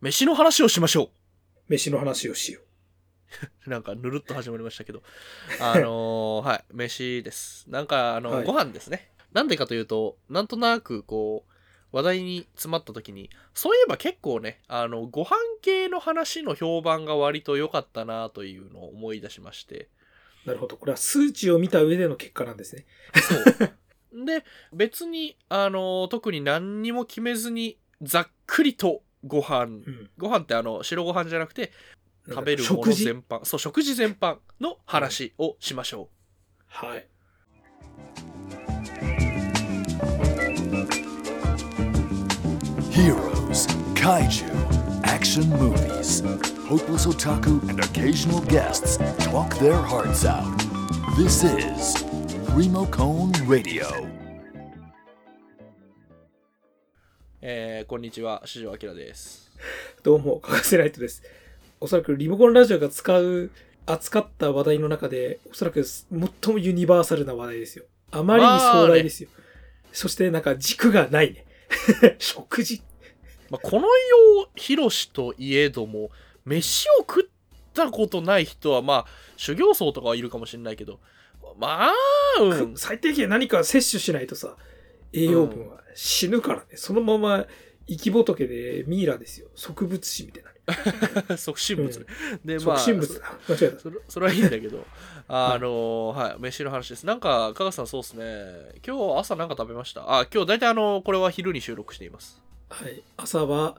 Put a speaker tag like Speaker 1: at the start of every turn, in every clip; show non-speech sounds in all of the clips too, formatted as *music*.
Speaker 1: 飯の話をしましょ
Speaker 2: 飯の話をしよ
Speaker 1: う。なんか、ぬるっと始まりましたけど。あのーはい、飯です。なんか、あの、
Speaker 2: はい
Speaker 1: ご飯ですね。なんでかというと、なんとなく、こう、話題に詰まった時に、そういえば結構ね、あの、ご飯系の話の評判が割と良かったなというのを思い出しまして。
Speaker 2: う。なるほど。これは数値を見た上での結果なんですね。
Speaker 1: そう。 *laughs* で、別に、あの特に何にも決めずに、ざっくりとご飯、
Speaker 2: うん。
Speaker 1: ご飯ってあの、白ご飯じゃなくて、食べるも
Speaker 2: 食
Speaker 1: の
Speaker 2: 事。
Speaker 1: 全般、そう、食事全般の話をしましょ
Speaker 2: はい。
Speaker 3: Heroes, kaiju, action movies. Hopeless otaku and occasional guests talk their hearts out. This is Remocone Radio.
Speaker 1: う。えー、こんにちは、四条明です。
Speaker 2: どうも、欠かせないとです。おそらくリモコンラジオが使う、扱った話題の中で、おそらく最もユニバーサルな話題ですよ。あまりに壮大ですよ。そしてなんか軸がな
Speaker 1: *laughs*
Speaker 2: いね。食事。
Speaker 1: まあ、この世を広しといえども、飯を食ったことない人は、まあ、修行僧とかはいるかもしれないけど、まあ、う
Speaker 2: く *laughs*
Speaker 1: ん、
Speaker 2: 最低限何か摂取しないとさ、栄養分は死ぬからね。そのまま生き仏でミイラですよ。植物死みたいな。
Speaker 1: 即身仏ね。で、まあ、
Speaker 2: 即身仏だ。間違えた。
Speaker 1: それそれはいいんだけどあのはい飯の話ですなんか加賀さんそうですね今日朝なんか食べましたあ今日大体あのこれは昼に収録しています
Speaker 2: はい。朝は、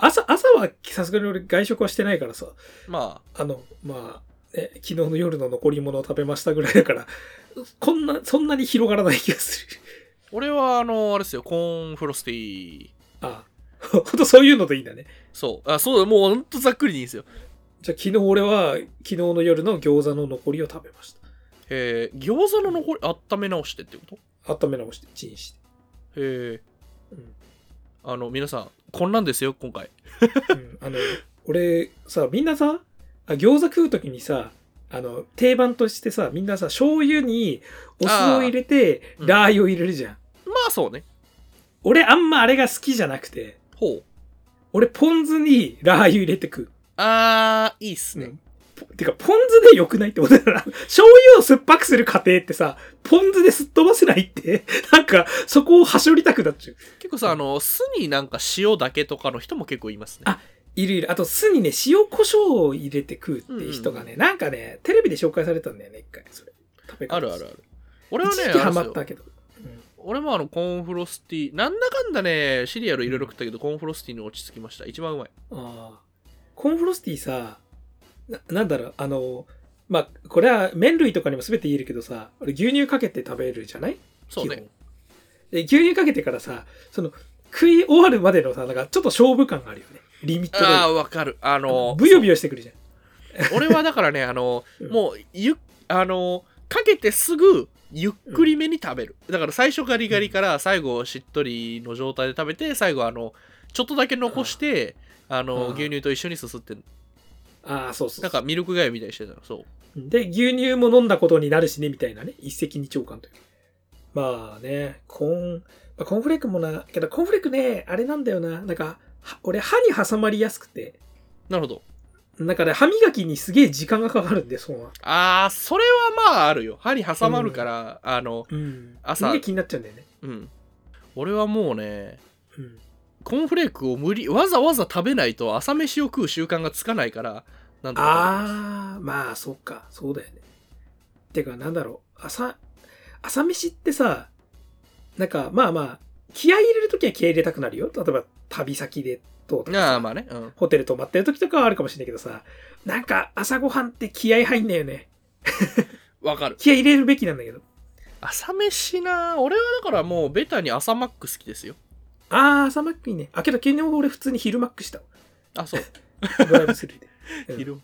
Speaker 2: 朝、朝はさすがに俺外食はしてないからさ、
Speaker 1: ま
Speaker 2: あの、まあ、ね、昨日の夜の残り物を食べましたぐらいだから、こんな、そんなに広がらない気がする。
Speaker 1: あ俺はあのあれですよコーンフロスティー
Speaker 2: ああ、ほんとそういうのでいいんだね。
Speaker 1: そうあそうだもうほんとざっくりでいいんですよ
Speaker 2: じゃあ昨日俺は、昨日の夜の餃子の残りを食べまし
Speaker 1: へえ餃子の残り温め直してってこと
Speaker 2: た。温め直して、チンして。
Speaker 1: へえ
Speaker 2: うん
Speaker 1: あの皆さんこんなんですよ今回
Speaker 2: うん、あの、俺さ、みんなさ、あ餃子食うときにさ、あの、定番としてさ、みんなさ、醤油にお酢を入れて、
Speaker 1: あーうん
Speaker 2: ラー油を入れるじゃん。
Speaker 1: まあそうね
Speaker 2: 俺あんまあれが好きじゃなくて、
Speaker 1: ほう
Speaker 2: 俺ポン酢にラー油入れて食う。
Speaker 1: あーいいっすね、
Speaker 2: うんぽてか、ポン酢で良くないってことだな。 *laughs* 醤油を酸っぱくする過程ってさ、ポン酢ですっ飛ばせないって、 *laughs* なんか、そこをはしょりたくなっちゃう。
Speaker 1: 結構さあの酢になんか塩だけとかの人も結構いますね
Speaker 2: あいるいる。あと、酢にね、塩胡椒を入れて食うっていう人がね、なんかね、テレビで紹介されたんだよね、一回。それ。食べ方
Speaker 1: あるあるあ。る俺は
Speaker 2: 一
Speaker 1: ね
Speaker 2: 時期
Speaker 1: あ
Speaker 2: ハ
Speaker 1: れです
Speaker 2: マ
Speaker 1: よ
Speaker 2: ったけど。うん
Speaker 1: 俺もあのコーンフロスティーなんだかんだねシリアルいろいろ食ったけどコーンフロスティーに落ち着きました一番うまい
Speaker 2: ああ。コーンフロスティーさ、な、なんだろう、あの、まあ、これは麺類とかにも全て言えるけどさ、俺牛乳かけて食べるじゃない
Speaker 1: そうね。
Speaker 2: 基本で、牛乳かけてからさ、その、食い終わるまでのさ、なんかちょっと勝負感があるよね。リミットで。
Speaker 1: ああわかるあの
Speaker 2: ブヨブヨしてくるじゃん。
Speaker 1: 俺はだからねあの
Speaker 2: うん
Speaker 1: もうゆあのかけてすぐゆっくりめに食べる、だから最初ガリガリから最後しっとりの状態で食べて最後あのちょっとだけ残してあの
Speaker 2: あー
Speaker 1: 牛乳と一緒にすすってん
Speaker 2: ああ、そうそう
Speaker 1: なんかミルクがゆみたいにしてたのそう
Speaker 2: で、牛乳も飲んだことになるしね、みたいなね。一石二鳥感というか。まあね、コーン、まあ、コーンフレークもな、けどコーンフレークね、あれなんだよな。なんか、は俺歯に挟まりやすくて、
Speaker 1: なるほど
Speaker 2: だから歯磨きにすげえ時間がかかるんで、そうな。
Speaker 1: ああそれはまああるよ歯に挟まるから、あの
Speaker 2: うん。
Speaker 1: 朝
Speaker 2: すげえ気になっちゃうんだよね。
Speaker 1: うん俺はもうね
Speaker 2: うん。
Speaker 1: コーンフレークを無理わざわざ食べないと朝飯を食う習慣がつかないからなんとか
Speaker 2: ああ、まあ、そっか。そうだよね。てか、なんだろう。朝、朝飯ってさ、なんか、まあまあ、気合い入れるときは気合い入れたくなるよ。例えば、旅先でどうとか
Speaker 1: あ
Speaker 2: さ
Speaker 1: あまあね、うん、
Speaker 2: ホテル泊まってる時とかはあるかもしれないけどさ、なんか朝ごはんって気合入んだよね。
Speaker 1: わかる
Speaker 2: 気合入れるべきなんだけど。
Speaker 1: 朝飯な俺はだからもうベタに朝マック好きですよ
Speaker 2: あー、朝マックいいね。あ、けど昨日俺普通に昼マックしたわ。
Speaker 1: あ
Speaker 2: *laughs*
Speaker 1: そう
Speaker 2: ドライブスルーで。うん
Speaker 1: 昼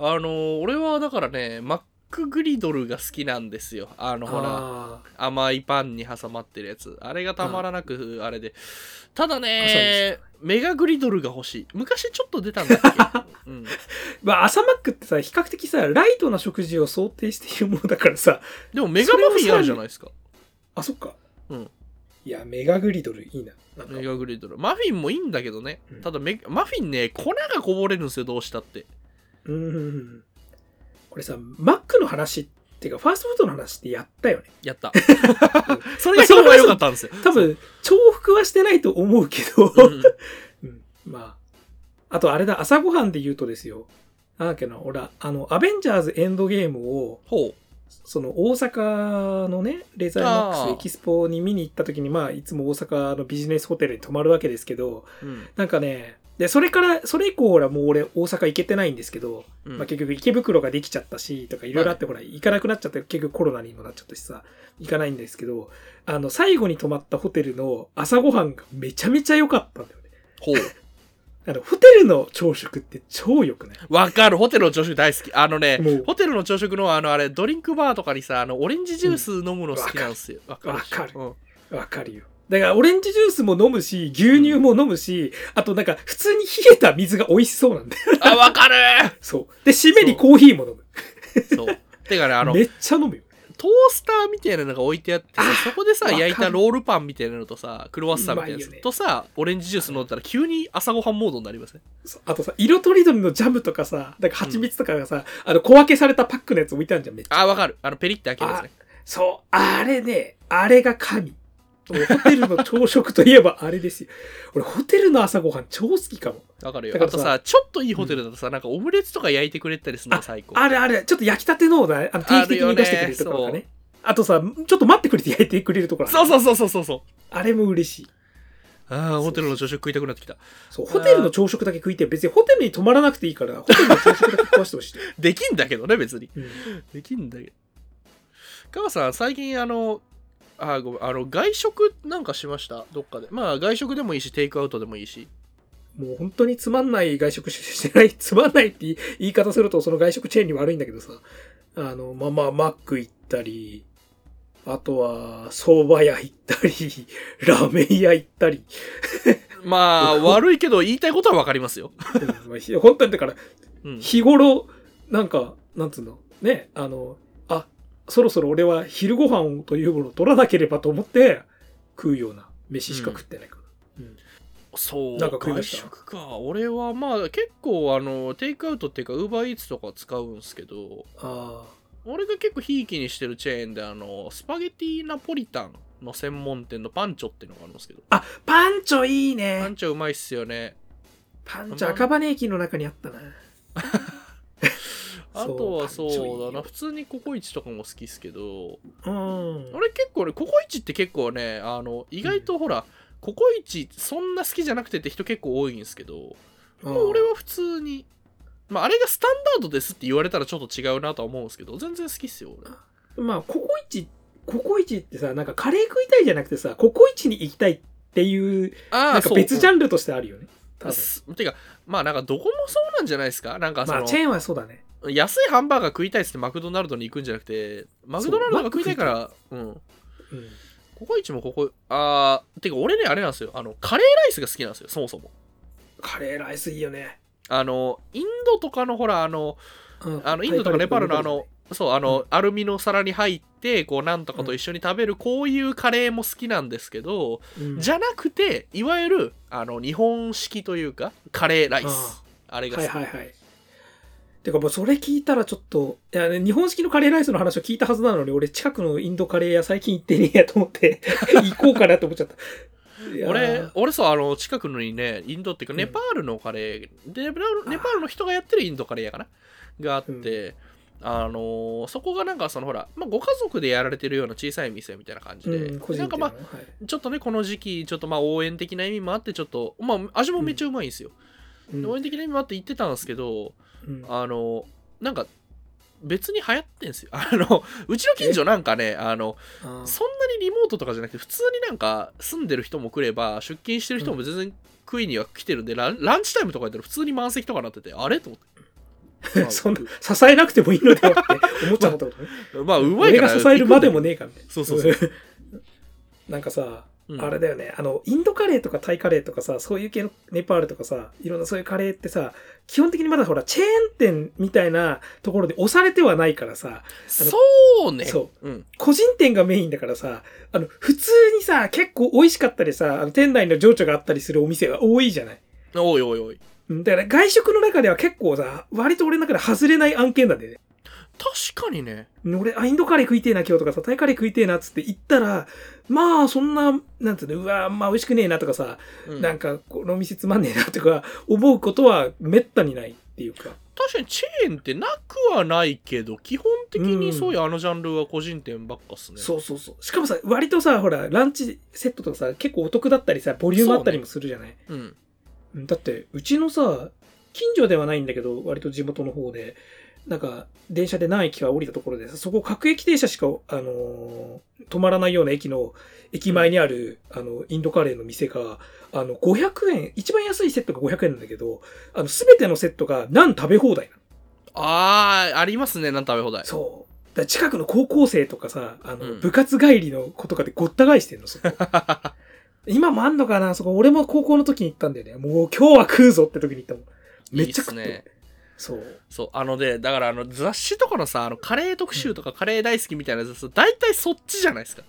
Speaker 1: あのー俺はだからねマックグリドルが好きなんですよあの *laughs* ほら
Speaker 2: あ
Speaker 1: 甘いパンに挟まってるやつあれがたまらなくあれでただ
Speaker 2: 朝
Speaker 1: ね
Speaker 2: で
Speaker 1: メガグリドルが欲しい昔ちょっと出たんだっ
Speaker 2: *laughs*
Speaker 1: け、うん、
Speaker 2: ーまあ、朝マックってさ、比較的さ、ライトな食事を想定しているものだからさ、
Speaker 1: でもメガマフィンあるじゃないですか
Speaker 2: あ、そっか。
Speaker 1: うん。
Speaker 2: いや、メガグリドルいいな。なんか
Speaker 1: メガグリドル。マフィンもいいんだけどね
Speaker 2: うん。
Speaker 1: ただメ、マフィンね、粉がこぼれるんですよ、どうしたって。
Speaker 2: うんうんうん。これさ、マックの話っていうか、ファーストフードの話ってやったよね。
Speaker 1: や
Speaker 2: *laughs*
Speaker 1: った。それが評判良かったんですよ。
Speaker 2: 多分、重複はしてないと思うけど、
Speaker 1: うん
Speaker 2: *laughs* うん、まあ。あと、あれだ、朝ごはんで言うとですよ。なんだっけな、ほら、あの、アベンジャーズエンドゲームを、
Speaker 1: ほう。
Speaker 2: その、大阪のね、レザーマックスエキスポに見に行った時に、まあ、いつも大阪のビジネスホテルに泊まるわけですけど、
Speaker 1: うん
Speaker 2: なんかね、で、それから、それ以降、ほら、もう俺、大阪行けてないんですけど、
Speaker 1: うん
Speaker 2: まあ、結局池袋ができちゃったしとかいろいろあってほら行かなくなっちゃって結局コロナにもなっちゃったしさ行かないんですけどあの最後に泊まったホテルの朝ごはんがめちゃめちゃ良かったんだよね
Speaker 1: ほう。
Speaker 2: あのホテルの朝食って超良くない
Speaker 1: わかる。ホテルの朝食大好き。あのね
Speaker 2: もう、
Speaker 1: ホテルの朝食の、あの、あれ、ドリンクバーとかにさ、あの、オレンジジュース飲むの好きなんですよ。わかるでしょ。
Speaker 2: わかる
Speaker 1: うん
Speaker 2: わかるよだからオレンジジュースも飲むし牛乳も飲むし、あとなんか普通に冷えた水が美味しそうなんだよ *laughs*
Speaker 1: あ、わかる
Speaker 2: そうで締めにコーヒーも飲む
Speaker 1: そう。てかね、あの、
Speaker 2: めっちゃ飲むよ
Speaker 1: トースターみたいなのが置いてあってさそこでさ
Speaker 2: わかる
Speaker 1: 焼いたロールパンみたいなのとさクロワッサンみたいなや
Speaker 2: うまいよね
Speaker 1: つとさ、オレンジジュース飲んだら急に朝ごはんモードになりますね
Speaker 2: そうあとさ色とりどりのジャムとかさなんか蜂蜜とかがさ、あの小分けされたパックのやつ置いてあるじゃんめっちゃ
Speaker 1: あわかるあのペリって開けるやつね
Speaker 2: そう、あれね、あれが神。もうホテルの朝食といえばあれですよ。俺、ホテルの朝ごはん超好きかも。
Speaker 1: わかるよ
Speaker 2: だ
Speaker 1: あ
Speaker 2: からさ
Speaker 1: とさちょっといいホテルだとさ、なんかオムレツとか焼いてくれたりするの最高
Speaker 2: あれあれ、ちょっと焼きたてのをねあの定期的に出してくれるところがね。あとさ、ちょっと待ってくれて焼いてくれるところある
Speaker 1: そうそうそうそうそうそう
Speaker 2: あれも嬉しい。
Speaker 1: あーホテルの朝食食いたくなってきた
Speaker 2: そう、ホテルの朝食だけ食いて、別にホテルに泊まらなくていいから、ホテルの朝食だけ食わしてほしい。 *laughs*
Speaker 1: できんだけどね別に
Speaker 2: うん
Speaker 1: できんだけど川さん最近あのあーごめんあの外食なんかしましたどっかでまあ外食でもいいしテイクアウトでもいいし
Speaker 2: もう本当につまんない外食してない、 *laughs* つまんないって言い言い方するとその外食チェーンに悪いんだけどさ、あの、まあまあ、マック行ったり、あとは、蕎麦屋行ったり、 *laughs* ラーメン屋行ったり、
Speaker 1: まあ悪いけど言いたいことはわかりますよ
Speaker 2: うんまあひ *laughs* 本当にだから、
Speaker 1: うん
Speaker 2: 日頃、なんか、なんつうの、ね、あの、あ、そろそろ俺は昼ご飯というものを取らなければと思って、食うような飯しか食ってないから。
Speaker 1: そう
Speaker 2: なんか食いま
Speaker 1: 外
Speaker 2: した
Speaker 1: 食か俺はまあ結構あのテイクアウトっていうかウーバーイーツとか使うんすけど
Speaker 2: あ
Speaker 1: 俺が結構ひいきにしてるチェーンであのスパゲティナポリタンの専門店のパンチョっていうのがあるんですけど
Speaker 2: あ。あ、パンチョいい
Speaker 1: パ
Speaker 2: ね
Speaker 1: ン。チョうまいっすよね
Speaker 2: パンチョ赤羽駅の中にあったな。
Speaker 1: あとはそう
Speaker 2: そ
Speaker 1: う
Speaker 2: パンチョいいよ
Speaker 1: だな普通にココイチとかも好きっすけど
Speaker 2: うん。
Speaker 1: 俺結構ねココイチって結構ねあの意外とほら、ココイチそんな好きじゃなくてって人結構多いんですけどもう俺は普通に、まあ、あれがスタンダードですって言われたらちょっと違うなとは思うんですけど全然好きっすよ俺
Speaker 2: まあ、ココイチ、ココイチってさ、なんかカレー食いたいじゃなくてさ、ココイチに行きたいっていう、
Speaker 1: あ
Speaker 2: なんか別ジャンルとしてあるよね。多分
Speaker 1: ルてかまあなんかどこもそうなんじゃないですかなんかそ
Speaker 2: ま
Speaker 1: の、
Speaker 2: あ、チェーンはそうだね。
Speaker 1: 安いハンバーガー食いたいっつってマクドナルドに行くんじゃなくてマクドナルドが食いたいからうん
Speaker 2: うん。
Speaker 1: ココイチもここあーてか俺ねあれなんですよあのカレーライスが好きなんですよそもそも
Speaker 2: カレーライスいいよね。
Speaker 1: あのインドとかのほらあの
Speaker 2: うん
Speaker 1: あのインドとかネパールのあ、のそうあの、アルミの皿に入ってこうなんとかと一緒に食べるこういうカレーも好きなんですけど、じ
Speaker 2: ゃ
Speaker 1: ゃなくていわゆるあの日本式というかカレーライスあれが好
Speaker 2: は
Speaker 1: き、
Speaker 2: いはいはい。てかもうそれ聞いたらちょっと、いや、ね、日本式のカレーライスの話を聞いたはずなのに、俺近くのインドカレー屋最近行ってねえやと
Speaker 1: *laughs*
Speaker 2: 思って、行こうかなと思っちゃった。いやー
Speaker 1: 俺俺そうあの近くのにねインドっていうか
Speaker 2: うん
Speaker 1: ネパールのカレー、でネパールネパールの人がやってるインドカレーやかながあって、あのーそこがなんかそのほら、まあ、ご家族でやられてるような小さい店みたいな感じで、
Speaker 2: うん、個人的
Speaker 1: なんかまあ
Speaker 2: なはい
Speaker 1: ちょっとねこの時期ちょっとまあ応援的な意味もあってちょっとまあ味もめっちゃうまいんですよ、
Speaker 2: うん
Speaker 1: 応援的な意味もあって行ってたんですけど、
Speaker 2: うん
Speaker 1: あの、なんか、別に流行ってんすよ。あ *laughs* の、うちの近所なんかね、あの、
Speaker 2: あー
Speaker 1: そんなにリモートとかじゃなくて、普通になんか、住んでる人も来れば、出勤してる人も全然食いには来てるんで、ランランチタイムとかやったら普通に満席とかなってて、あれと思って。まあ
Speaker 2: *laughs* そんな、支えなくてもいいのではって思っちゃったことね。
Speaker 1: *laughs* まあ、うまい
Speaker 2: 俺
Speaker 1: か
Speaker 2: が
Speaker 1: ら。
Speaker 2: 支えるまでもねえかみたいな。
Speaker 1: そうそうそう。
Speaker 2: *laughs* なんかさ、
Speaker 1: うん
Speaker 2: あれだよね。あの、インドカレーとかタイカレーとかさ、そういう系のネパールとかさ、いろんなそういうカレーってさ、基本的にまだほら、チェーン店みたいなところで押されてはないからさ、
Speaker 1: そうね。。
Speaker 2: そう
Speaker 1: うん。
Speaker 2: 個人店がメインだからさ、あの、普通にさ、結構美味しかったりさ、あの店内の情緒があったりするお店が多いじゃない。
Speaker 1: おいおいおい。
Speaker 2: うんだから外食の中では結構さ、割と俺の中で外れない案件なんだよね。
Speaker 1: 確かにね。
Speaker 2: 俺、あインドカレー食いてえな今日とかさ、タイカレー食いてえなっつって行ったら、まあそんな、なんつうの、うわまあ美味しくねえなとかさ、
Speaker 1: うん、
Speaker 2: なんかこの店つまんねえなとか思うことはめったにないっていうか。
Speaker 1: 確かにチェーンってなくはないけど、基本的にそういうあのジャンルは個人店ばっかっすね。
Speaker 2: そうそうそう。しかもさ、割とさ、ほら、ランチセットとかさ、結構お得だったりさ、ボリュームあったりもするじゃない、
Speaker 1: う。うん。
Speaker 2: うんだって、うちのさ、近所ではないんだけど、割と地元の方で、なんか、電車で何駅か降りたところでさ、そこ各駅停車しか、あのー止まらないような駅の、駅前にある、あの、インドカレーの店が、あの、500円、一番安いセットが500円なんだけど、あの、すべてのセットが何食べ放題なの
Speaker 1: あー、ありますね、なん食べ放題。
Speaker 2: そう。だから近くの高校生とかさ、あの、
Speaker 1: うん
Speaker 2: 部活帰りの子とかでごった返してんの、そ
Speaker 1: *laughs*
Speaker 2: こ。今もあんのかなそこ、俺も高校の時に行ったんだよね。もう今日は食うぞって時に行ったもん。めっちゃ食って
Speaker 1: いいっすね。
Speaker 2: そう。
Speaker 1: そう、あのね、だからあの雑誌とかのさ、あのカレー特集とかカレー大好きみたいなやつ、大体そっちじゃないですか。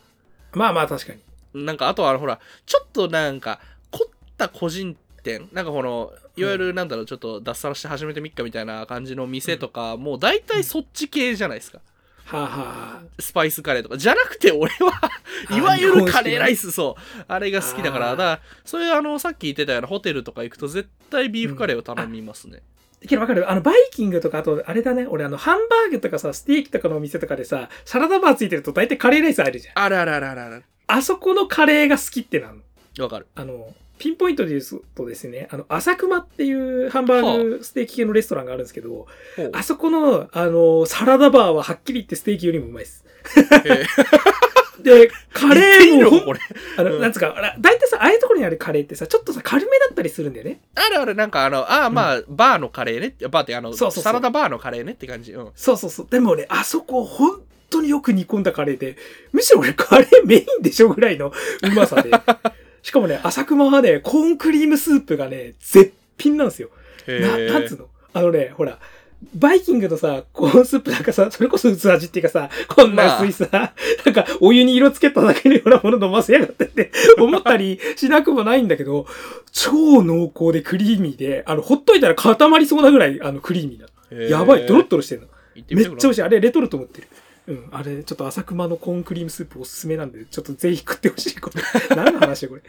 Speaker 2: まあまあ確かに。
Speaker 1: なんか、あとはあの、ほら、ちょっとなんか、凝った個人店、なんかこの、いわゆるなんだろう、ちょっと脱サラして始めてみっかみたいな感じの店とか、もう大体そっち系じゃないですか。
Speaker 2: はあ、はあ、
Speaker 1: スパイスカレーとか。じゃなくて、俺は、 *laughs* いわゆるカレーライス、そう。あれが好きだから、だ
Speaker 2: あー
Speaker 1: から、そういうあの、さっき言ってたようなホテルとか行くと、絶対ビーフカレーを頼みますね。
Speaker 2: けどわかるあの、バイキングとか、あと、あれだね。俺、あの、ハンバーグとかさ、ステーキとかのお店とかでさ、サラダバーついてると大体カレーライスあるじゃん。
Speaker 1: あらあらあらあらあら。
Speaker 2: あそこのカレーが好きってなの。
Speaker 1: わかる。
Speaker 2: あの、ピンポイントで言うとですね、あの、浅熊っていうハンバーグステーキ系のレストランがあるんですけど、
Speaker 1: ほう
Speaker 2: あそこの、あの、サラダバーははっきり言ってステーキよりもうまいです。
Speaker 1: え
Speaker 2: *laughs* で、カレ
Speaker 1: いい
Speaker 2: ーも
Speaker 1: の
Speaker 2: ほん
Speaker 1: これ。
Speaker 2: あの、
Speaker 1: うん
Speaker 2: なんつうか、あら大体さ、ああいうところにあるカレーってさ、ちょっとさ、軽めだったりするんだよね。
Speaker 1: あるある、なんかあの、ああ、まあ、バーのカレーねって。バーってあの
Speaker 2: そうそうそう
Speaker 1: サラダバーのカレーねって感じ。うん。
Speaker 2: そうそうそう。でもね、あそこ本当によく煮込んだカレーで、むしろ俺カレーメインでしょぐらいのう
Speaker 1: *laughs*
Speaker 2: まさで。しかもね、浅熊はね、コーンクリームスープがね、絶品なんですよ。な
Speaker 1: へえ
Speaker 2: なんつうのあのね、ほら、バイキングのさ、コーンスープなんかさ、それこそ薄味っていうかさ、こんな薄いさ、なんかお湯に色つけただけのようなもの飲ませやがってって
Speaker 1: *laughs*
Speaker 2: 思ったりしなくもないんだけど、超濃厚でクリーミーで、あの、ほっといたら固まりそうなぐらい、あの、クリーミーなの。
Speaker 1: へえ
Speaker 2: やばい、ドロッドロしてるの。
Speaker 1: 行て
Speaker 2: め
Speaker 1: み
Speaker 2: っ
Speaker 1: くだ
Speaker 2: てちゃ美
Speaker 1: さい
Speaker 2: 味しい。あれ、レトルト持ってる。うん。あれ、ちょっと浅熊のコーンクリームスープおすすめなんで、ちょっとぜひ食ってほしい。これ。何の話だ、これ。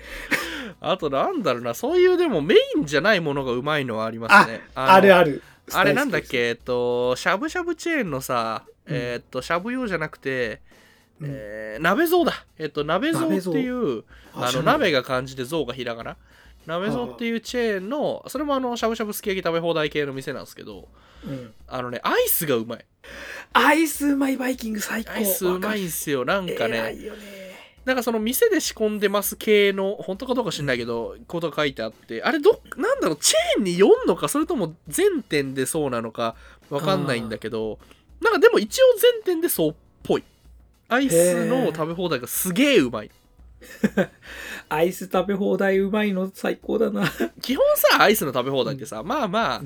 Speaker 1: あとなんだろうな、そういうでもメインじゃないものがうまいのはありますね。
Speaker 2: ある
Speaker 1: る
Speaker 2: ある。
Speaker 1: あれなんだっ
Speaker 2: 大好きで
Speaker 1: け、えっと、しゃぶしゃぶチェーンのさ、
Speaker 2: うん
Speaker 1: えっと、しゃぶ用じゃなくて、
Speaker 2: す。うん
Speaker 1: えー鍋蔵だ。えっと、鍋蔵っていう、あ
Speaker 2: 知
Speaker 1: の、
Speaker 2: らない
Speaker 1: 鍋が漢字で蔵がひらがな。鍋蔵っていうチェーンの、それもあの、しゃぶしゃぶすき焼き食べ放題系の店なんですけど、
Speaker 2: うん
Speaker 1: あのね、アイスがうまい。
Speaker 2: アイスうまいバイキング最高。
Speaker 1: アイスうまいんすよ。なん
Speaker 2: わ
Speaker 1: か
Speaker 2: かる
Speaker 1: ね、
Speaker 2: 偉いよね。
Speaker 1: なんかその店で仕込んでます系の本当かどうか知んないけど、ことが書いてあってあれどっなんだろうチェーンに4のかそれとも全店でそうなのかわかんないんだけどなんかでも一応全店でそうっぽいアイスの食べ放題がすげえうまい
Speaker 2: アイス食べ放題うまいの最高だな。
Speaker 1: 基本さアイスの食べ放題ってさ、まあまあ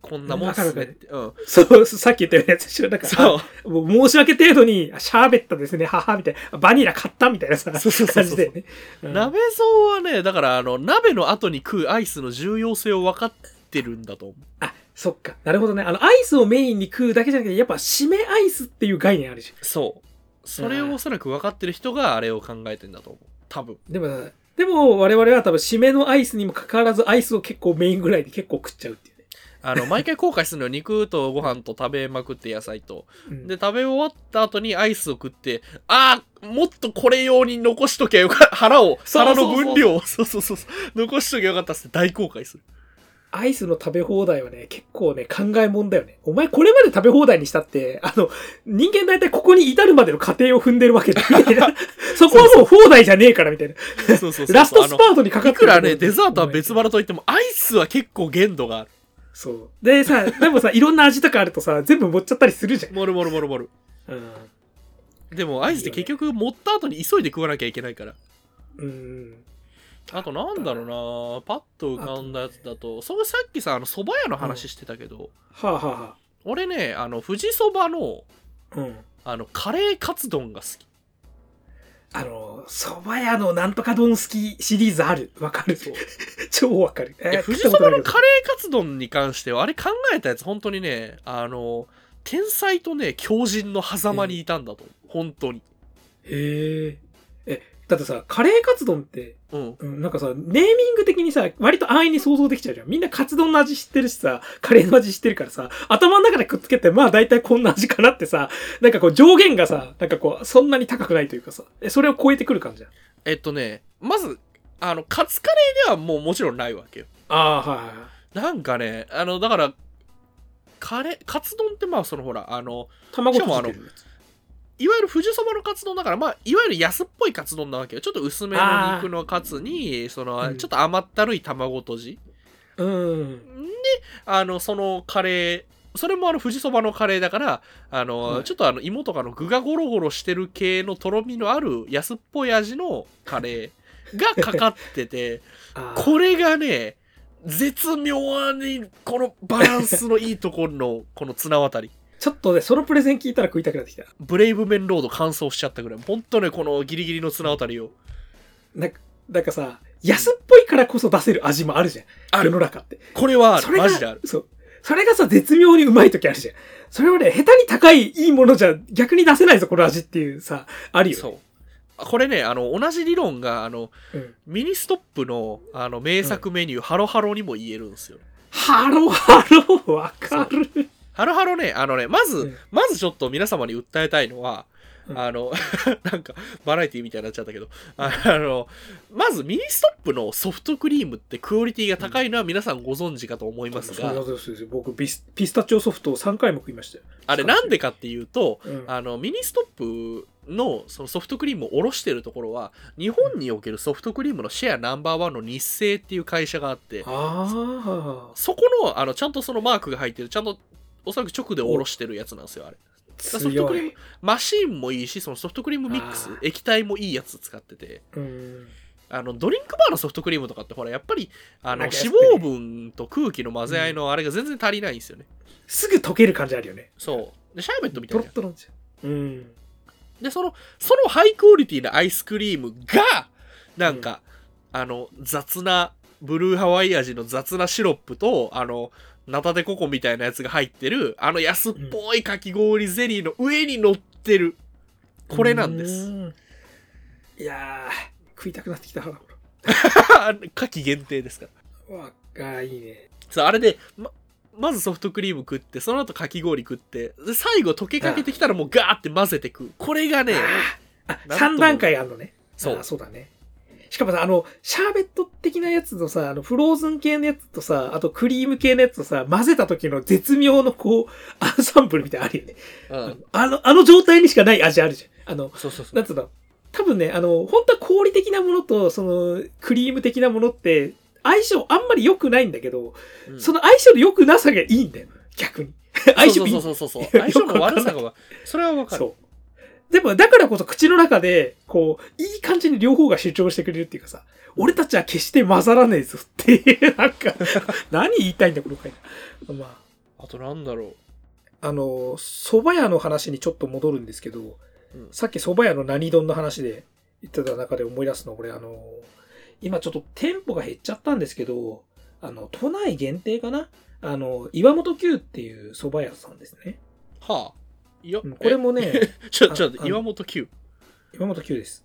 Speaker 1: こんなもんっすねってうん
Speaker 2: そう、さっき言ったようなやつ知らなかった。
Speaker 1: そう
Speaker 2: もう申し訳程度に、シャーベットですね、母みたいな、バニラ買ったみたいなさ、
Speaker 1: そうそうそうそう
Speaker 2: 感じだよね。うん
Speaker 1: 鍋蔵はねだからあの鍋の後に食うアイスの重要性を分かってるんだと思う
Speaker 2: あ、そっか。なるほどね。あの、アイスをメインに食うだけじゃなくて、やっぱ、締めアイスっていう概念あるじ
Speaker 1: そうそれをおそらく分かってる人があれを考えてんだと思う多分
Speaker 2: ゃん。でもさ、でも、我々は多分、締めのアイスにもかかわらず、アイスを結構メインぐらいで結構食っちゃうっていうね。
Speaker 1: あ
Speaker 2: *laughs*
Speaker 1: の毎回後悔するのよ肉とご飯と食べまくって野菜と
Speaker 2: うん
Speaker 1: で食べ終わった後にアイスを食ってあーもっとこれ用に残しときゃよかった腹を
Speaker 2: そうそ
Speaker 1: 腹
Speaker 2: うそう
Speaker 1: の分量をそうそうそうそう残しときゃよかったっつって大後悔する
Speaker 2: アイスの食べ放題はね、結構ね、考えもんだよね。お前これまで食べ放題にしたって、あの、人間大体ここに至るまでの過程を踏んでるわ
Speaker 1: *laughs*
Speaker 2: けだ。みたいなそこはもう放題じゃねえから、みたいな。
Speaker 1: そうそうそうそう
Speaker 2: ラストスパ
Speaker 1: あの
Speaker 2: ートにかか
Speaker 1: い
Speaker 2: って
Speaker 1: く
Speaker 2: る
Speaker 1: らねデザートは別
Speaker 2: 腹
Speaker 1: 腹といってもアイスは結構限度がある
Speaker 2: そう。でさ、でもさ、いろんな味とかあるとさ、全部盛っちゃったりするじゃん。
Speaker 1: *laughs* もるもるもるもる
Speaker 2: うん。
Speaker 1: でもアイスって結局持った後に急いで食わなきゃいけないから
Speaker 2: うん。
Speaker 1: あとなんだろうなパッと浮かんだやつだと、そうさっきさ、あの、蕎麦屋の話してたけど、
Speaker 2: はあはあは
Speaker 1: 俺ね、あの、富士蕎麦の、
Speaker 2: あ。うん。
Speaker 1: あの、カレーカツ丼が好き。
Speaker 2: あの、蕎麦屋のなんとか丼好きシリーズある。わかる。
Speaker 1: そう
Speaker 2: *laughs* 超わかる。え
Speaker 1: いや
Speaker 2: ー
Speaker 1: 富士
Speaker 2: 食っ
Speaker 1: そ
Speaker 2: たこと
Speaker 1: ば
Speaker 2: ない
Speaker 1: の
Speaker 2: けど
Speaker 1: カレーカツ丼に関しては、あれ考えたやつ、本当にね、あの、天才とね、狂人の狭間にいたんだと思う。本当に。
Speaker 2: へえ。え、だってさ、カレーカツ丼って、
Speaker 1: うん。
Speaker 2: うん、なんかさ、ネーミング的にさ、割と安易に想像できちゃうじゃん。みんなカツ丼の味知ってるしさ、カレーの味知ってるからさ、頭の中でくっつけて、まあ大体こんな味かなってさ、なんかこう上限がさ、なんかこう、そんなに高くないというかさ、えそれを超えてくる感じじゃん。
Speaker 1: えっとね、まず、あの、カツカレーではもうもちろんないわけよ。
Speaker 2: ああー、はいはいはい。
Speaker 1: なんかね、あの、だから、カレー、カツ丼ってまあ、そのほら、あの、
Speaker 2: 卵
Speaker 1: しかも
Speaker 2: と
Speaker 1: あ
Speaker 2: じ
Speaker 1: の
Speaker 2: てるやつ。
Speaker 1: いわゆる富士そばのカツ丼だから、まあ、いわゆる安っぽいカツ丼なわけよ。ちょっと薄めの肉のカツに、その、
Speaker 2: うん
Speaker 1: ちょっと甘ったるい卵とじ。
Speaker 2: うん。
Speaker 1: あの、そのカレー、それもあの、富士そばのカレーだから、あの、
Speaker 2: はい
Speaker 1: ちょっとあの、芋とかの具がゴロゴロしてる系のとろみのある安っぽい味のカレーがかかってて、
Speaker 2: あー
Speaker 1: これがね、絶妙に、このバランスのいいところの、 *laughs* この綱渡り。
Speaker 2: ちょっとね、そのプレゼン聞いたら食いたくなってきた。
Speaker 1: ブレイブメンロード乾燥しちゃったぐらい。ほんとね、このギリギリの綱渡りを。
Speaker 2: なんか、なんかさ、安っぽいからこそ出せる味もあるじゃん。
Speaker 1: あ
Speaker 2: 世
Speaker 1: る
Speaker 2: の中って。
Speaker 1: これはあ
Speaker 2: そ
Speaker 1: る。
Speaker 2: れが
Speaker 1: マジである。
Speaker 2: そう。それがさ、絶妙にうまい時あるじゃん。それをね、下手に高いいいものじゃ逆に出せないぞ、この味っていうさ、あるよ、ね。
Speaker 1: そう。あこれね、あの、同じ理論が、あの、
Speaker 2: うん。
Speaker 1: ミニストップの、あの、名作メニュー、ハロハロにも言えるんですよ。
Speaker 2: ハローハロー、わかる。
Speaker 1: ハロハロね、あのね、まず、
Speaker 2: うん
Speaker 1: まずちょっと皆様に訴えたいのは、
Speaker 2: うん
Speaker 1: あの、 *laughs* なんか、バラエティみたいになっちゃったけど、あの、まずミニストップのソフトクリームってクオリティが高いのは皆さんご存知かと思いますが、
Speaker 2: ですよ。僕ビス、ピスタチオソフトを3回も食いましたよ。
Speaker 1: あれなんでかっていうと、
Speaker 2: うん。
Speaker 1: あの、ミニストップのそのソフトクリームをおろしてるところは、日本におけるソフトクリームのシェアナンバーワンの日清っていう会社があって、
Speaker 2: ああ。
Speaker 1: そこの、あの、ちゃんとそのマークが入ってる、ちゃんと、おそらく直でおろしてるやつなんですよ、あれ。ソフト
Speaker 2: 強
Speaker 1: クリーム
Speaker 2: い。
Speaker 1: マシーンもいいし、そのソフトクリームミックス
Speaker 2: あ、ー
Speaker 1: 液体もいいやつ使ってて、
Speaker 2: うん。
Speaker 1: あの、ドリンクバーのソフトクリームとかってほら、やっぱり、あの、
Speaker 2: なんか安
Speaker 1: 脂
Speaker 2: くね
Speaker 1: 肪分と空気の混ぜ合いのあれが全然足りないんですよね。
Speaker 2: すぐ溶ける感じあるよね。
Speaker 1: そう。で、シャーベットみたい
Speaker 2: トロ
Speaker 1: な
Speaker 2: ッ。トロなんですよ。うん。
Speaker 1: で、その、そのハイクオリティなアイスクリームが、なんか、あの、雑な、ブルーハワイ味の雑なシロップと、あの、ナタデココみたいなやつが入ってる、あの安っぽいかき氷ゼリーの上に乗ってる。これなんです。
Speaker 2: うん。いやー、食いたくなってきた。ほ
Speaker 1: *laughs* 夏季限定ですから。
Speaker 2: らわあ、いいね。
Speaker 1: そう、あれで、ま、まずソフトクリーム食って、その後かき氷食って、で最後溶けかけてきたらもうガーって混ぜて食う。これがね、
Speaker 2: あ、
Speaker 1: なんとも
Speaker 2: 3段階あるのね。
Speaker 1: そ
Speaker 2: あ
Speaker 1: う。
Speaker 2: そうだね。しかもさ、あの、シャーベット的なやつとさ、あの、フローズン系のやつとさ、あとクリーム系のやつとさ、混ぜた時の絶妙のこう、アンサンブルみたいなのあるよね。
Speaker 1: うん。
Speaker 2: あの、あの状態にしかない味あるじゃん。あの、
Speaker 1: そうそうそ
Speaker 2: なん
Speaker 1: う。
Speaker 2: つうの多分ね、あの、本当は氷的なものと、その、クリーム的なものって、相性あんまり良くないんだけど、
Speaker 1: うん
Speaker 2: その相性の良くなさがいいんだよ。逆に。相性いい
Speaker 1: そうそうそうそう。相性の悪さがわ、それはわかる。
Speaker 2: そう。でも、だからこそ口の中で、こう、いい感じに両方が主張してくれるっていうかさ、俺たちは決して混ざらねえぞっていう、なんか、 *laughs* 何言いたいんだ、この回。ま
Speaker 1: あとなんだろ
Speaker 2: あ、あの、蕎麦屋の話にちょっと戻るんですけど、
Speaker 1: うん
Speaker 2: さっき蕎麦屋の何丼の話で言ってた中で思い出すの、俺、あの、今ちょっと店舗が減っちゃったんですけど、あの、都内限定かなあの、岩本九っていう蕎麦屋さんですね。
Speaker 1: う。はあ。いや、
Speaker 2: うんこれもね、
Speaker 1: え、ちょ、ちょ、
Speaker 2: ああ
Speaker 1: 岩本九
Speaker 2: 岩本九です。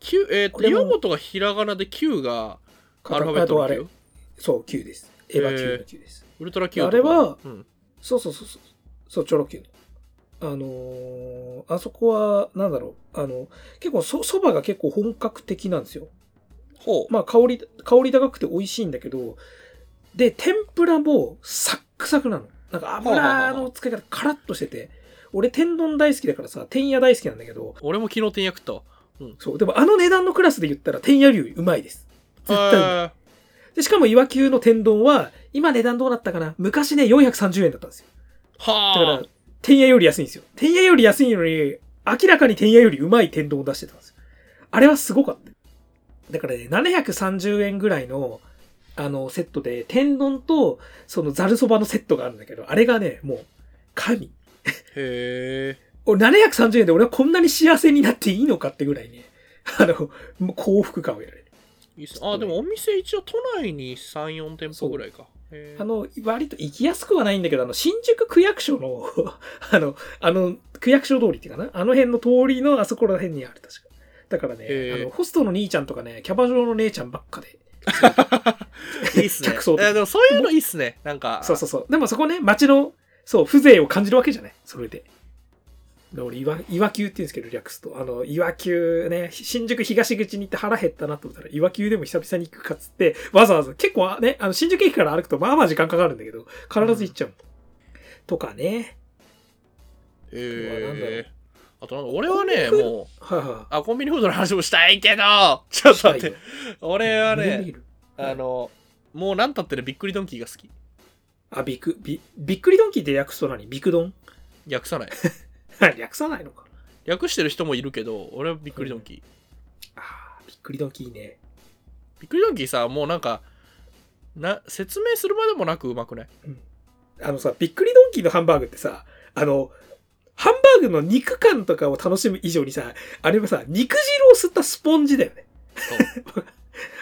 Speaker 1: 九えっ、
Speaker 2: ことれも
Speaker 1: 岩本がひらがなで九がアルファベッ
Speaker 2: あ
Speaker 1: ト
Speaker 2: と
Speaker 1: の
Speaker 2: あれ
Speaker 1: 九、
Speaker 2: そう、9です。エヴァ9の9です。
Speaker 1: ウルトラ九とか
Speaker 2: あれは
Speaker 1: うん。
Speaker 2: そうそうそうそう。そう、チョロ9の。あのーあそこは、なんだろう。あの、結構そ、そばが結構本格的なんですよ。
Speaker 1: ほう。
Speaker 2: まあ、香り、香り高くて美味しいんだけど、で、天ぷらもサックサクなの。なんか油の使い方カラッとしてて、俺天丼大好きだからさ、天野大好きなんだけど、
Speaker 1: 俺も昨日天役食っ
Speaker 2: そう、でもあの値段のクラスで言ったら天野流うまいです。
Speaker 1: た
Speaker 2: 絶
Speaker 1: わ。
Speaker 2: 対うまい
Speaker 1: へー
Speaker 2: で、しかも岩級の天丼は、今値段どうだったかな昔ね、430円だったんですよ。だか
Speaker 1: はあ
Speaker 2: ら。、天野より安いんですよ。天野より安いのに、明らかに天野よりうまい天丼を出してたんですよ。あれはすごかった。だからね、730円ぐらいの、あの、セットで、天丼と、そのざるそばのセットがあるんだけど、あれがね、もう、神。
Speaker 1: へえ。
Speaker 2: 俺、730円で俺はこんなに幸せになっていいのかってぐらいね、あの、もう幸福感を得られる。
Speaker 1: いいっすあ、でもお店一応都内に3、4店舗ぐらいか。へー
Speaker 2: あの、割と行きやすくはないんだけど、あの、新宿区役所の、 *laughs* あの、あの、区役所通りっていうかな、あの辺の通りのあそこら辺にある、確か。だからね、
Speaker 1: へー
Speaker 2: あの、ホストの兄ちゃんとかね、キャバ嬢の姉ちゃんばっかで。
Speaker 1: いいっすね。
Speaker 2: 客層
Speaker 1: いやでもそういうのいいっすね。なんか、
Speaker 2: そうそうそう。でもそこね、街の、そう、風情を感じるわけじゃないそれで。で俺、岩、岩球って言うんですけど、略すと。あの、岩球ね、新宿東口に行って腹減ったなと思ったら、岩球でも久々に行くかっつって、わざわざ、結構あね、あの、新宿駅から歩くと、まあまあ時間かかるんだけど、必ず行っちゃう。とかね。うわなんだろう
Speaker 1: へえ。あとなんか俺はね、
Speaker 2: コンビニフード
Speaker 1: もう、
Speaker 2: はいは
Speaker 1: *laughs* あ、コンビニフードの話もしたいけど、 *laughs* ちょっ
Speaker 2: い。
Speaker 1: と待って。
Speaker 2: は
Speaker 1: 俺はね、
Speaker 2: はい
Speaker 1: あの、もう何たってね、びっくりドンキーが好き。
Speaker 2: あ、びく、び、びっくりドンキーって略すと何びくどん
Speaker 1: 略さない。
Speaker 2: *laughs* 略さないのか。
Speaker 1: 略してる人もいるけど、俺はびっくりドンキー。
Speaker 2: あーびっくりドンキーね。
Speaker 1: びっくりドンキーさ、もうなんか、な説明するまでもなくうまくない
Speaker 2: あのさ、びっくりドンキーのハンバーグってさ、あの、ハンバーグの肉感とかを楽しむ以上にさ、あれはさ、肉汁を吸ったスポンジだよね。 *laughs*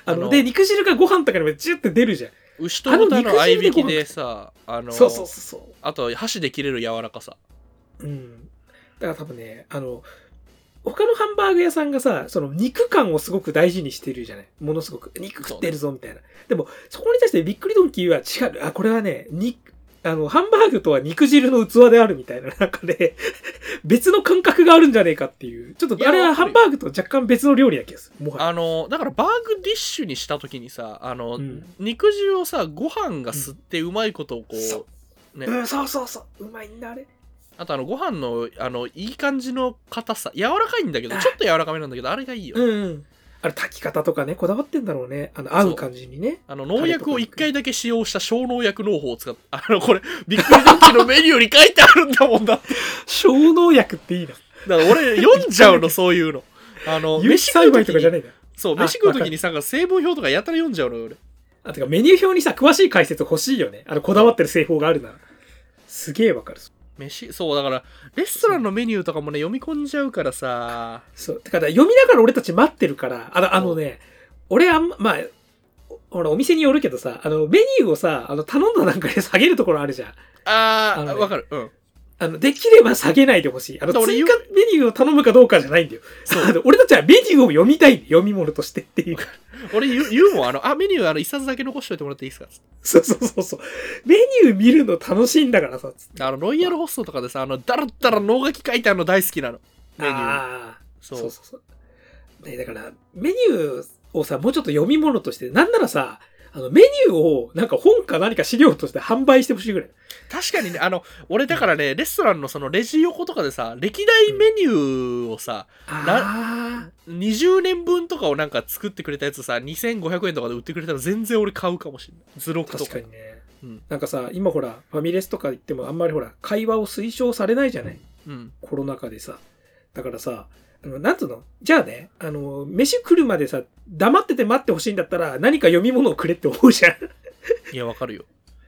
Speaker 2: あの、
Speaker 1: あの
Speaker 2: で、肉汁がご飯とかにもジュって出るじゃん。
Speaker 1: 牛と豚の合いびき
Speaker 2: あの肉汁でご飯
Speaker 1: でさ、あの、
Speaker 2: そうそうそうそ
Speaker 1: あと箸で切れる柔らかさ。
Speaker 2: う。うん。だから多分ね、あの、他のハンバーグ屋さんがさ、その肉感をすごく大事にしてるじゃない。ものすごく。肉食ってるぞ、みたいな。でも、そこに対してびっくりドンキーは違う。あ、これはね、肉、あの、ハンバーグとは肉汁の器であるみたいな、なんかね、別の感覚があるんじゃねえかっていう。ちょっ
Speaker 1: い
Speaker 2: と、
Speaker 1: や
Speaker 2: あれ
Speaker 1: わ
Speaker 2: は
Speaker 1: か
Speaker 2: ハ
Speaker 1: る
Speaker 2: ンバーグと若干別の料理な気がする。もはや。
Speaker 1: あの、だからバーグディッシュにした時にさ、あの、
Speaker 2: うん
Speaker 1: 肉汁をさ、ご飯が吸ってうまいことをこ、
Speaker 2: そう
Speaker 1: ね
Speaker 2: う、ん、そうそうそう。うまいんだ、あれ。
Speaker 1: あとあの、ご飯の、あの、いい感じの硬さ。柔らかいんだけど、ちょっと柔らかめなんだけど、あれがいいよ。
Speaker 2: うんうん。あれ、炊き方とかね、こだわってんだろうね。あの、合う感じにね。
Speaker 1: あの農薬を1回だけ使用した小農薬農法を使って、あの、これ、びっくりドンキーのメニューに書いてあるんだも *laughs* んだって。
Speaker 2: 小農薬っていいな。
Speaker 1: だから俺、読んじゃうの、そういうの。あの、
Speaker 2: 有機栽培とかじゃ
Speaker 1: い
Speaker 2: ないんだ。
Speaker 1: そう、
Speaker 2: あ
Speaker 1: 飯食う時にさ、成分表とかやたら読んじゃうのよ、俺。
Speaker 2: あ、てかメニュー表にさ、詳しい解説欲しいよね。あの、こだわってる製法があるなら。すげえわかる。
Speaker 1: 飯、そう、だから、レストランのメニューとかもね、読み込んじゃうからさ、
Speaker 2: そう。てか、だから読みながら俺たち待ってるから、あのあのね、俺あんま、まあ、おほら、お店によるけどさ、あの、メニューをさ、あの、頼んだなんかで下げるところあるじゃん。
Speaker 1: あ
Speaker 2: あ
Speaker 1: ー、
Speaker 2: のね
Speaker 1: わかる。うん。
Speaker 2: あの、できれば下げないでほしい。あの、
Speaker 1: だから俺
Speaker 2: 追
Speaker 1: 言う
Speaker 2: 加メニューを頼むかどうかじゃないんだよ。
Speaker 1: そう *laughs*
Speaker 2: あの俺たちはメニューを読みたい。読み物としてっていう。
Speaker 1: 俺言う言うもん、あの、あ、メニュー、あの、一冊だけ残しといてもらっていいですかつっ
Speaker 2: そうそうそうそう。メニュー見るの楽しいんだからさ、つって
Speaker 1: てあの、ロイヤルホストとかでさ、あの、だらだら脳書き書いてあるの大好きなの。メニュー。
Speaker 2: ああ。
Speaker 1: そ
Speaker 2: そう
Speaker 1: う。
Speaker 2: そうそう。ね、だから、メニューをさ、もうちょっと読み物として、なんならさ、あの、メニューを、なんか本か何か資料として販売してほしいぐらい。
Speaker 1: 確かにね、あの、俺だからね、レストランのそのレジ横とかでさ、歴代メニューをさ、
Speaker 2: あ
Speaker 1: 20年分とかをなんか作ってくれたやつさ、2500円とかで売ってくれたら全然俺買うかもしれない。ズロ
Speaker 2: あ
Speaker 1: クと
Speaker 2: 確
Speaker 1: か
Speaker 2: か。にね。
Speaker 1: うん
Speaker 2: なんかさ、今ほら、ファミレスとか行ってもあんまりほら、会話を推奨されないじゃない
Speaker 1: うん。
Speaker 2: コロナ禍でさ。だからさ、あの、なんつうのじゃあね、あの、飯来るまでさ、黙ってて待ってほしいんだったら、何か読み物をくれって思
Speaker 1: *laughs*
Speaker 2: うじゃん。
Speaker 1: いや、わかるよ。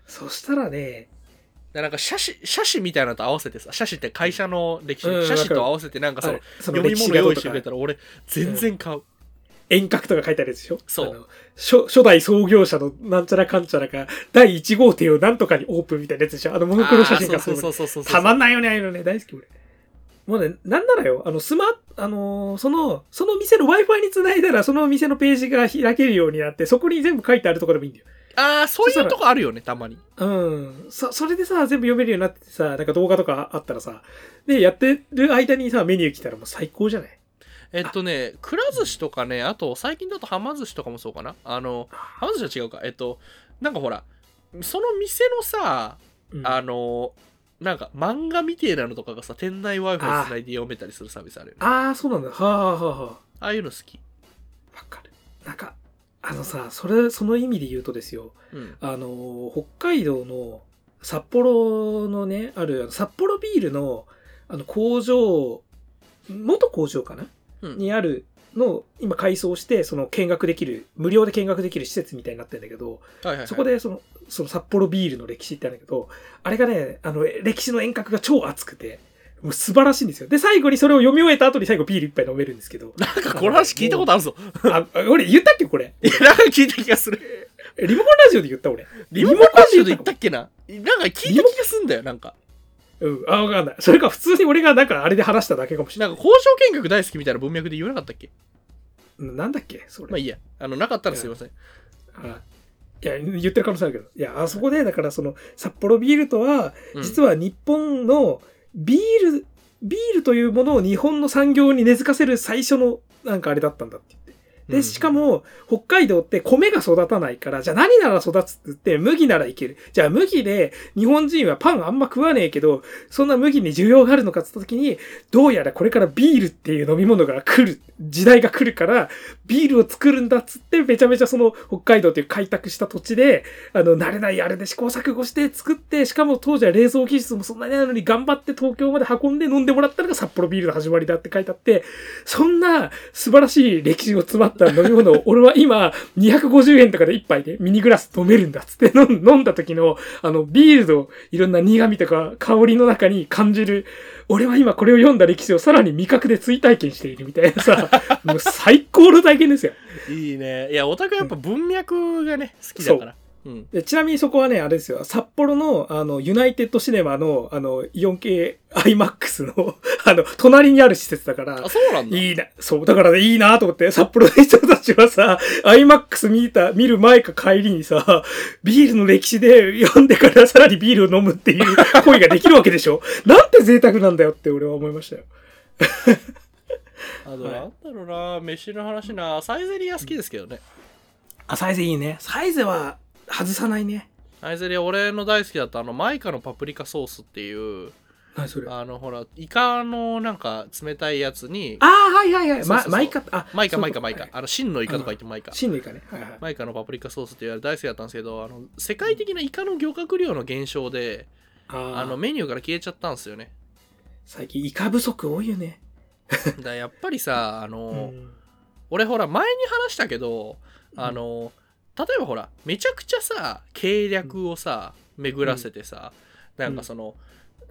Speaker 2: そしたらね、
Speaker 1: だからなんか、写真、写真みたいなのと合わせてさ、写真って会社の歴史、
Speaker 2: うん
Speaker 1: 写真と合わせてなんかそ
Speaker 2: あ
Speaker 1: の
Speaker 2: れ、そ
Speaker 1: 読み
Speaker 2: 歴史
Speaker 1: 物
Speaker 2: がど
Speaker 1: 用
Speaker 2: う
Speaker 1: 意
Speaker 2: と
Speaker 1: して
Speaker 2: か
Speaker 1: くれたら俺、全然買う。
Speaker 2: 遠隔とか書いてあるやつでしょ
Speaker 1: そう
Speaker 2: あの初。初代創業者のなんちゃらかんちゃらか、第1号店をなんとかにオープンみたいなやつでしょあのモノクロ写真
Speaker 1: あー
Speaker 2: がす
Speaker 1: そう
Speaker 2: ごい
Speaker 1: そうそうそうそう。
Speaker 2: たまんないよね、ああいうのね。大好き、俺。もうね、なんならよ、あの、スマ、あのーその、その店の Wi-Fi につないだら、その店のページが開けるようになって、そこに全部書いてあるとこでもいいんだよ。
Speaker 1: ああ、そういうとこあるよね、たまに。
Speaker 2: うん。そ、それでさ、全部読めるようになっててさ、なんか動画とかあったらさ、で、やってる間にさ、メニュー来たらもう最高じゃない
Speaker 1: えっとね、くら寿司とかね、あと最近だとはま寿司とかもそうかな。あの、はま寿司は違うか。えっと、なんかほら、その店のさ、
Speaker 2: うん
Speaker 1: あの、なんか漫画みてえなのとかがさ、店内 Wi-Fi つないで読めたりするサービスあるよね。
Speaker 2: あー、そうなんだ。はあ、はあ、はあ。
Speaker 1: ああいうの好き。
Speaker 2: わかる。なんか、あのさ、それ、その意味で言うとですよ、
Speaker 1: うん。
Speaker 2: あのー、北海道の札幌のね、ある、あの札幌ビールの、あの、工場、元工場かな
Speaker 1: うん
Speaker 2: にあるの、今改装して、その見学できる、無料で見学できる施設みたいになってんだけど、
Speaker 1: はいはい。。
Speaker 2: そこ。でその、その札幌ビールの歴史ってあるんだけど、あれがね、あの、え歴史の遠隔が超熱くて、もう素晴らしいんですよ。で、最後にそれを読み終えた後に最後ビール一杯飲めるんですけど
Speaker 1: *laughs* なんかこの話聞いたことあるぞ。
Speaker 2: あ、あ俺言ったっけこれ。
Speaker 1: いや、なんか聞いた気がする。
Speaker 2: リモコンラジオで言った俺。
Speaker 1: リモコンラジオで言
Speaker 2: リモ
Speaker 1: っ
Speaker 2: コ
Speaker 1: たっけななんか聞いた気がすんだよ、なんか。
Speaker 2: うん。あ、わかんない。それか普通に俺がなんかあれで話しただけかもしれ
Speaker 1: なん
Speaker 2: な
Speaker 1: か
Speaker 2: い。
Speaker 1: 交渉見学大好きみたいな文脈で言わなかったっけ
Speaker 2: うんなんだっけそれ。
Speaker 1: まあいいや。あの、なかったらすいません。
Speaker 2: あいや、言ってる可能性あるけど。いや、あそこで、だからその、札幌ビールとは、実
Speaker 1: は、
Speaker 2: は日本のビール、ビールというものを日本の産業に根付かせる最初のなんかあれだったんだって言って。
Speaker 1: う
Speaker 2: で、
Speaker 1: ん
Speaker 2: しか、も、北海道って米が育たないから、じゃあ何なら育つって言って、麦ならいける。じゃあ麦で、日本人はパンあんま食わねえけど、そんな麦に需要があるのかって言った時に、どうやらこれからビールっていう飲み物が来る、時代が来るから、ビールを作るんだっつって、めちゃめちゃその北海道っていう開拓した土地で、あの、慣れないあれで試行錯誤して作って、しかも当時は冷蔵技術もそんなにないのに頑張って東京まで運んで飲んでもらったのが札幌ビールの始まりだって書いてあって、そんな素晴らしい歴史を詰まった飲み物を、俺は今250円とかで一杯でミニグラス飲めるんだっつって飲ん飲んだ時の、あの、ビールのいろんな苦味とか香りの中に感じる、俺は今これを読んだ歴史をさらに味覚で追体験しているみたいな *laughs* さ、もう最高の体験ですよ。
Speaker 1: いいね。いや、オタクはやっぱ文脈がね、好きだから。うん。
Speaker 2: でちなみにそこはね、あれですよ、札幌の、あの、ユナイテッドシネマの、あの、4K IMAX の、あの、隣にある施設だから
Speaker 1: あ、、そうなんだ。
Speaker 2: いいな、そう、だからね、いいなと思って、札幌の人たちはさ、IMAX 見た、見る前か帰りにさ、ビールの歴史で読んでからさらにビールを飲むって *laughs* いう行為ができるわけでしょなんて贅沢なんだよって俺は思いましたよ。
Speaker 1: あと、
Speaker 2: はい
Speaker 1: なんだろうな、飯の話な。サイゼリア好きですけどね。
Speaker 2: あ、サイゼいいね。サイゼは外さないね。
Speaker 1: サイゼリア、俺の大好きだった、あの、マイカのパプリカソースっていう、
Speaker 2: 何それあ
Speaker 1: あの、ほら、イカのなんか冷たいやつに、
Speaker 2: あ、はいはいは
Speaker 1: そう
Speaker 2: い。
Speaker 1: そう
Speaker 2: ま
Speaker 1: そう
Speaker 2: マイカ、あ、
Speaker 1: マイカ、
Speaker 2: そう
Speaker 1: マ
Speaker 2: い
Speaker 1: イカ、
Speaker 2: うこと
Speaker 1: マイカ。。あの、真のイカとか言ってマイカ。
Speaker 2: 真のイカね。はいはい。
Speaker 1: マイカのパプリカソースって言われ大好きだったんですけど、あの、世界的なイカの漁獲量の減少で、
Speaker 2: あ
Speaker 1: あの、
Speaker 2: の
Speaker 1: メニューから消えちゃったんですよね。
Speaker 2: 最近イカ不足多いよね。
Speaker 1: だからやっぱりさ、あの、
Speaker 2: うん
Speaker 1: 俺ほら前に話したけどあの、例えばほらめちゃくちゃさ計略をさ巡らせてさ、
Speaker 2: ん
Speaker 1: なんかその、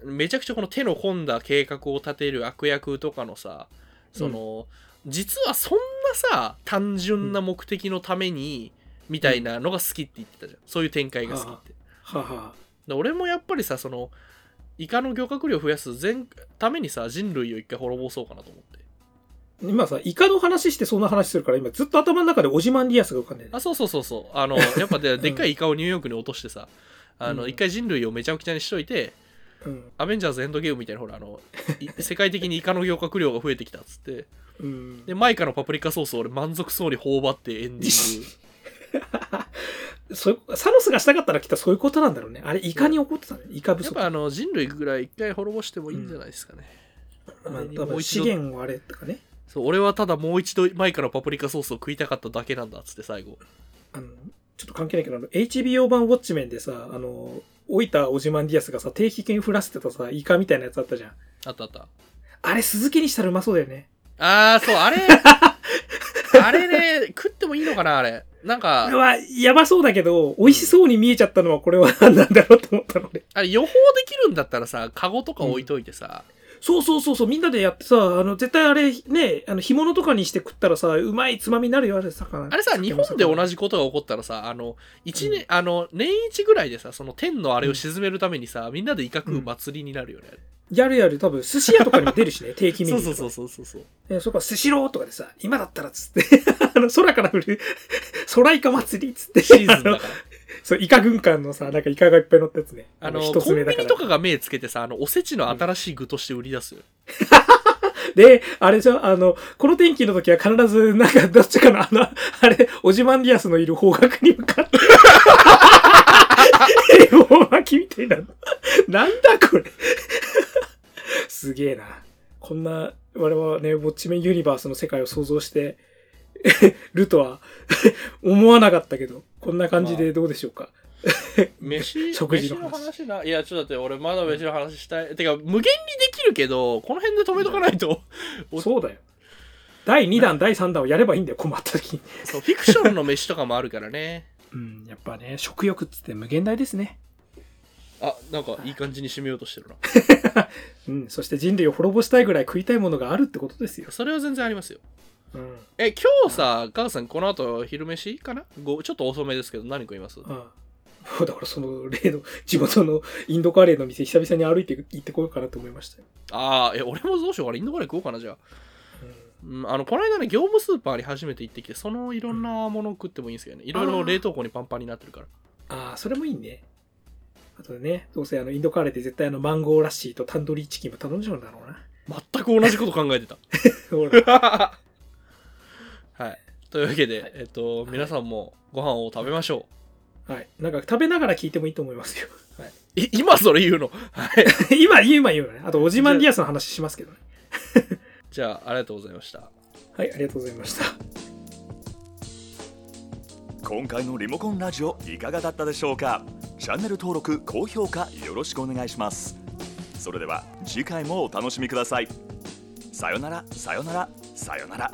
Speaker 1: めちゃくちゃこの手の込んだ計画を立てる悪役とかのさその、実はそんなさ単純な目的のために、みたいなのが好きって言ってたじゃんそういう展開が好きって。
Speaker 2: はあは
Speaker 1: で俺もやっぱりさそのイカの漁獲量増やす全ためにさ人類を一回滅ぼそうかなと思って。
Speaker 2: あ今さ、イカの話してそんな話するから、今ずっと頭の中でオジマンディアスが浮かんでる。
Speaker 1: あそうそうそうそうあのやっぱ
Speaker 2: *laughs*
Speaker 1: ででっかいイカをニューヨークに落としてさあの
Speaker 2: うん
Speaker 1: 一回人類をめちゃくちゃにしといて
Speaker 2: うん。
Speaker 1: アベンジャーズエンドゲームみたいなほらあのい
Speaker 2: *laughs*
Speaker 1: 世界的にイカの漁獲量が増えてきたっつって
Speaker 2: うん
Speaker 1: でマイカのパプリカソースを俺満足そうに頬張ってエンディング
Speaker 2: そういうサノスがしたかったらきっとそういうことなんだろうね。あれ、イカに怒ってたね。イカ不
Speaker 1: やっ
Speaker 2: 足。
Speaker 1: ぱあの人類ぐらい一回滅ぼしてもいいんじゃないですかね、
Speaker 2: まあ
Speaker 1: あれに
Speaker 2: 多
Speaker 1: もう
Speaker 2: 分
Speaker 1: 一
Speaker 2: 資
Speaker 1: 度
Speaker 2: 源をあれとかね。
Speaker 1: そう俺はただもう一度マイカのパプリカソースを食いたかっただけなんだっつって最後
Speaker 2: あの、ちょっと関係ないけど、あの HBO 版ウォッチメンでさ、あの、老いたオジマンディアスがさ、定期的に降らせてたさ、イカみたいなやつあったじゃん。
Speaker 1: あったあった
Speaker 2: あれ、鈴木にしたらうまそうだよね。
Speaker 1: あーそう
Speaker 2: *laughs*
Speaker 1: あれあれね食ってもいいのかなあれなん
Speaker 2: あれ
Speaker 1: か
Speaker 2: は、やばそうだけど、美味しそうに見えちゃったのは、これは *laughs* 何なんだろうと思ったので。
Speaker 1: あれ予報できるんだったらさカゴとか置いといてさ、
Speaker 2: そうそうそうそう、みんなでやってさ、あの、絶対あれ、ね、あの、干物とかにして食ったらさ、うまいつまみになるよ、あれ、魚。
Speaker 1: あれさ、日本で同
Speaker 2: じ。
Speaker 1: じことが起こったらさ、あの、一
Speaker 2: う
Speaker 1: 年、あの、年一ぐらいでさ、その天のあれを沈めるためにさ、みんなで威嚇祭りになるよね。
Speaker 2: やるやる、多分、寿司屋とかにも出る *laughs* しね、定期メニ
Speaker 1: そ
Speaker 2: ュ
Speaker 1: う
Speaker 2: ー
Speaker 1: そ
Speaker 2: とか。
Speaker 1: うそうそうそうそう。
Speaker 2: えそこはスシローとかでさ、今だったらっつって、 *laughs* あの、空から降る、空イカ祭りっつって、
Speaker 1: シーズンだか
Speaker 2: あ
Speaker 1: ら
Speaker 2: の。 *laughs* そう、イカ軍艦のさ、なんかイカがいっぱい乗ったやつね。
Speaker 1: あの、
Speaker 2: 一
Speaker 1: コ
Speaker 2: つ
Speaker 1: ン
Speaker 2: 目だ
Speaker 1: ビ
Speaker 2: か
Speaker 1: ニと
Speaker 2: ら。
Speaker 1: かが目つけてさ、あの、おせちの新しい具として売り出すよ。
Speaker 2: で、あれじゃ、あの、この天気の時は必ず、なんか、どっちかの、あ *laughs* の、あれ、オジマンディアスのいる方角に向かって、 *laughs* 恵方巻きみたいな。なんだこれ。すげえな。こんな、我々はね、ウォッチメンユニバースの世界を想像して、 *laughs* るとは思わなかったけど、こんな感じでどうでしょうか。
Speaker 1: 飯、
Speaker 2: 食事の
Speaker 1: 飯
Speaker 2: 話
Speaker 1: 話な。いや、ちょっとだって、俺まだ飯の話したい。てか、無限にできるけど、この辺で止めとかないと。お
Speaker 2: そうだよ。第2弾、第3弾をやればいいんだよ、困った時に。
Speaker 1: *laughs* そう、フィクションの飯とかもあるからね。
Speaker 2: うん、やっぱね、食欲っつって無限大ですね。
Speaker 1: あ、なんかいい感じに締めようとしてるな。
Speaker 2: うん、そして人類を滅ぼしたいぐらい食いたいものがあるってことですよ。
Speaker 1: それは全然ありますよ。
Speaker 2: うん。
Speaker 1: え、今日さ、母さん、この後昼飯かなごちょっと遅めですけど、何食います
Speaker 2: うん。 *laughs* もうだからその例の *laughs* 地元のインドカレーの店久々に歩いて行ってこようかなと思いましたよ。
Speaker 1: ああ、え、俺もどうしようかな。インドカレー食おうかな、じゃあ。
Speaker 2: うん
Speaker 1: うん、あの、この間ね、業務スーパーに初めて行ってきて、そのいろんなものを食ってもいいんですけどね。いろいろ冷凍庫にパンパンになってるから。
Speaker 2: ああ、それもいいね。あとね、どうせあのインドカレーで絶対あのマンゴーラッシーとタンドリーチキンも頼んじゃうんだろうな。 *laughs*
Speaker 1: 全く同じこと考えてた。 *laughs*
Speaker 2: ほら、
Speaker 1: はい。というわけで、えっと、皆さんもご飯を食べましょ
Speaker 2: はい。なんか食べながら聞いてもいいと思いますよ。 *laughs*
Speaker 1: う。い今それ言うの。はい。
Speaker 2: 今、今言うのね。あと、オジマンディアスの話しますけどね。
Speaker 1: じゃあ、ありがとうございました。
Speaker 2: はい、ありがとうございました。
Speaker 3: 今回のリモコンラジオいかがだったでしょうかチャンネル登録高評価よろしくお願いしますそれでは次回もお楽しみくださいさよならさよならさよなら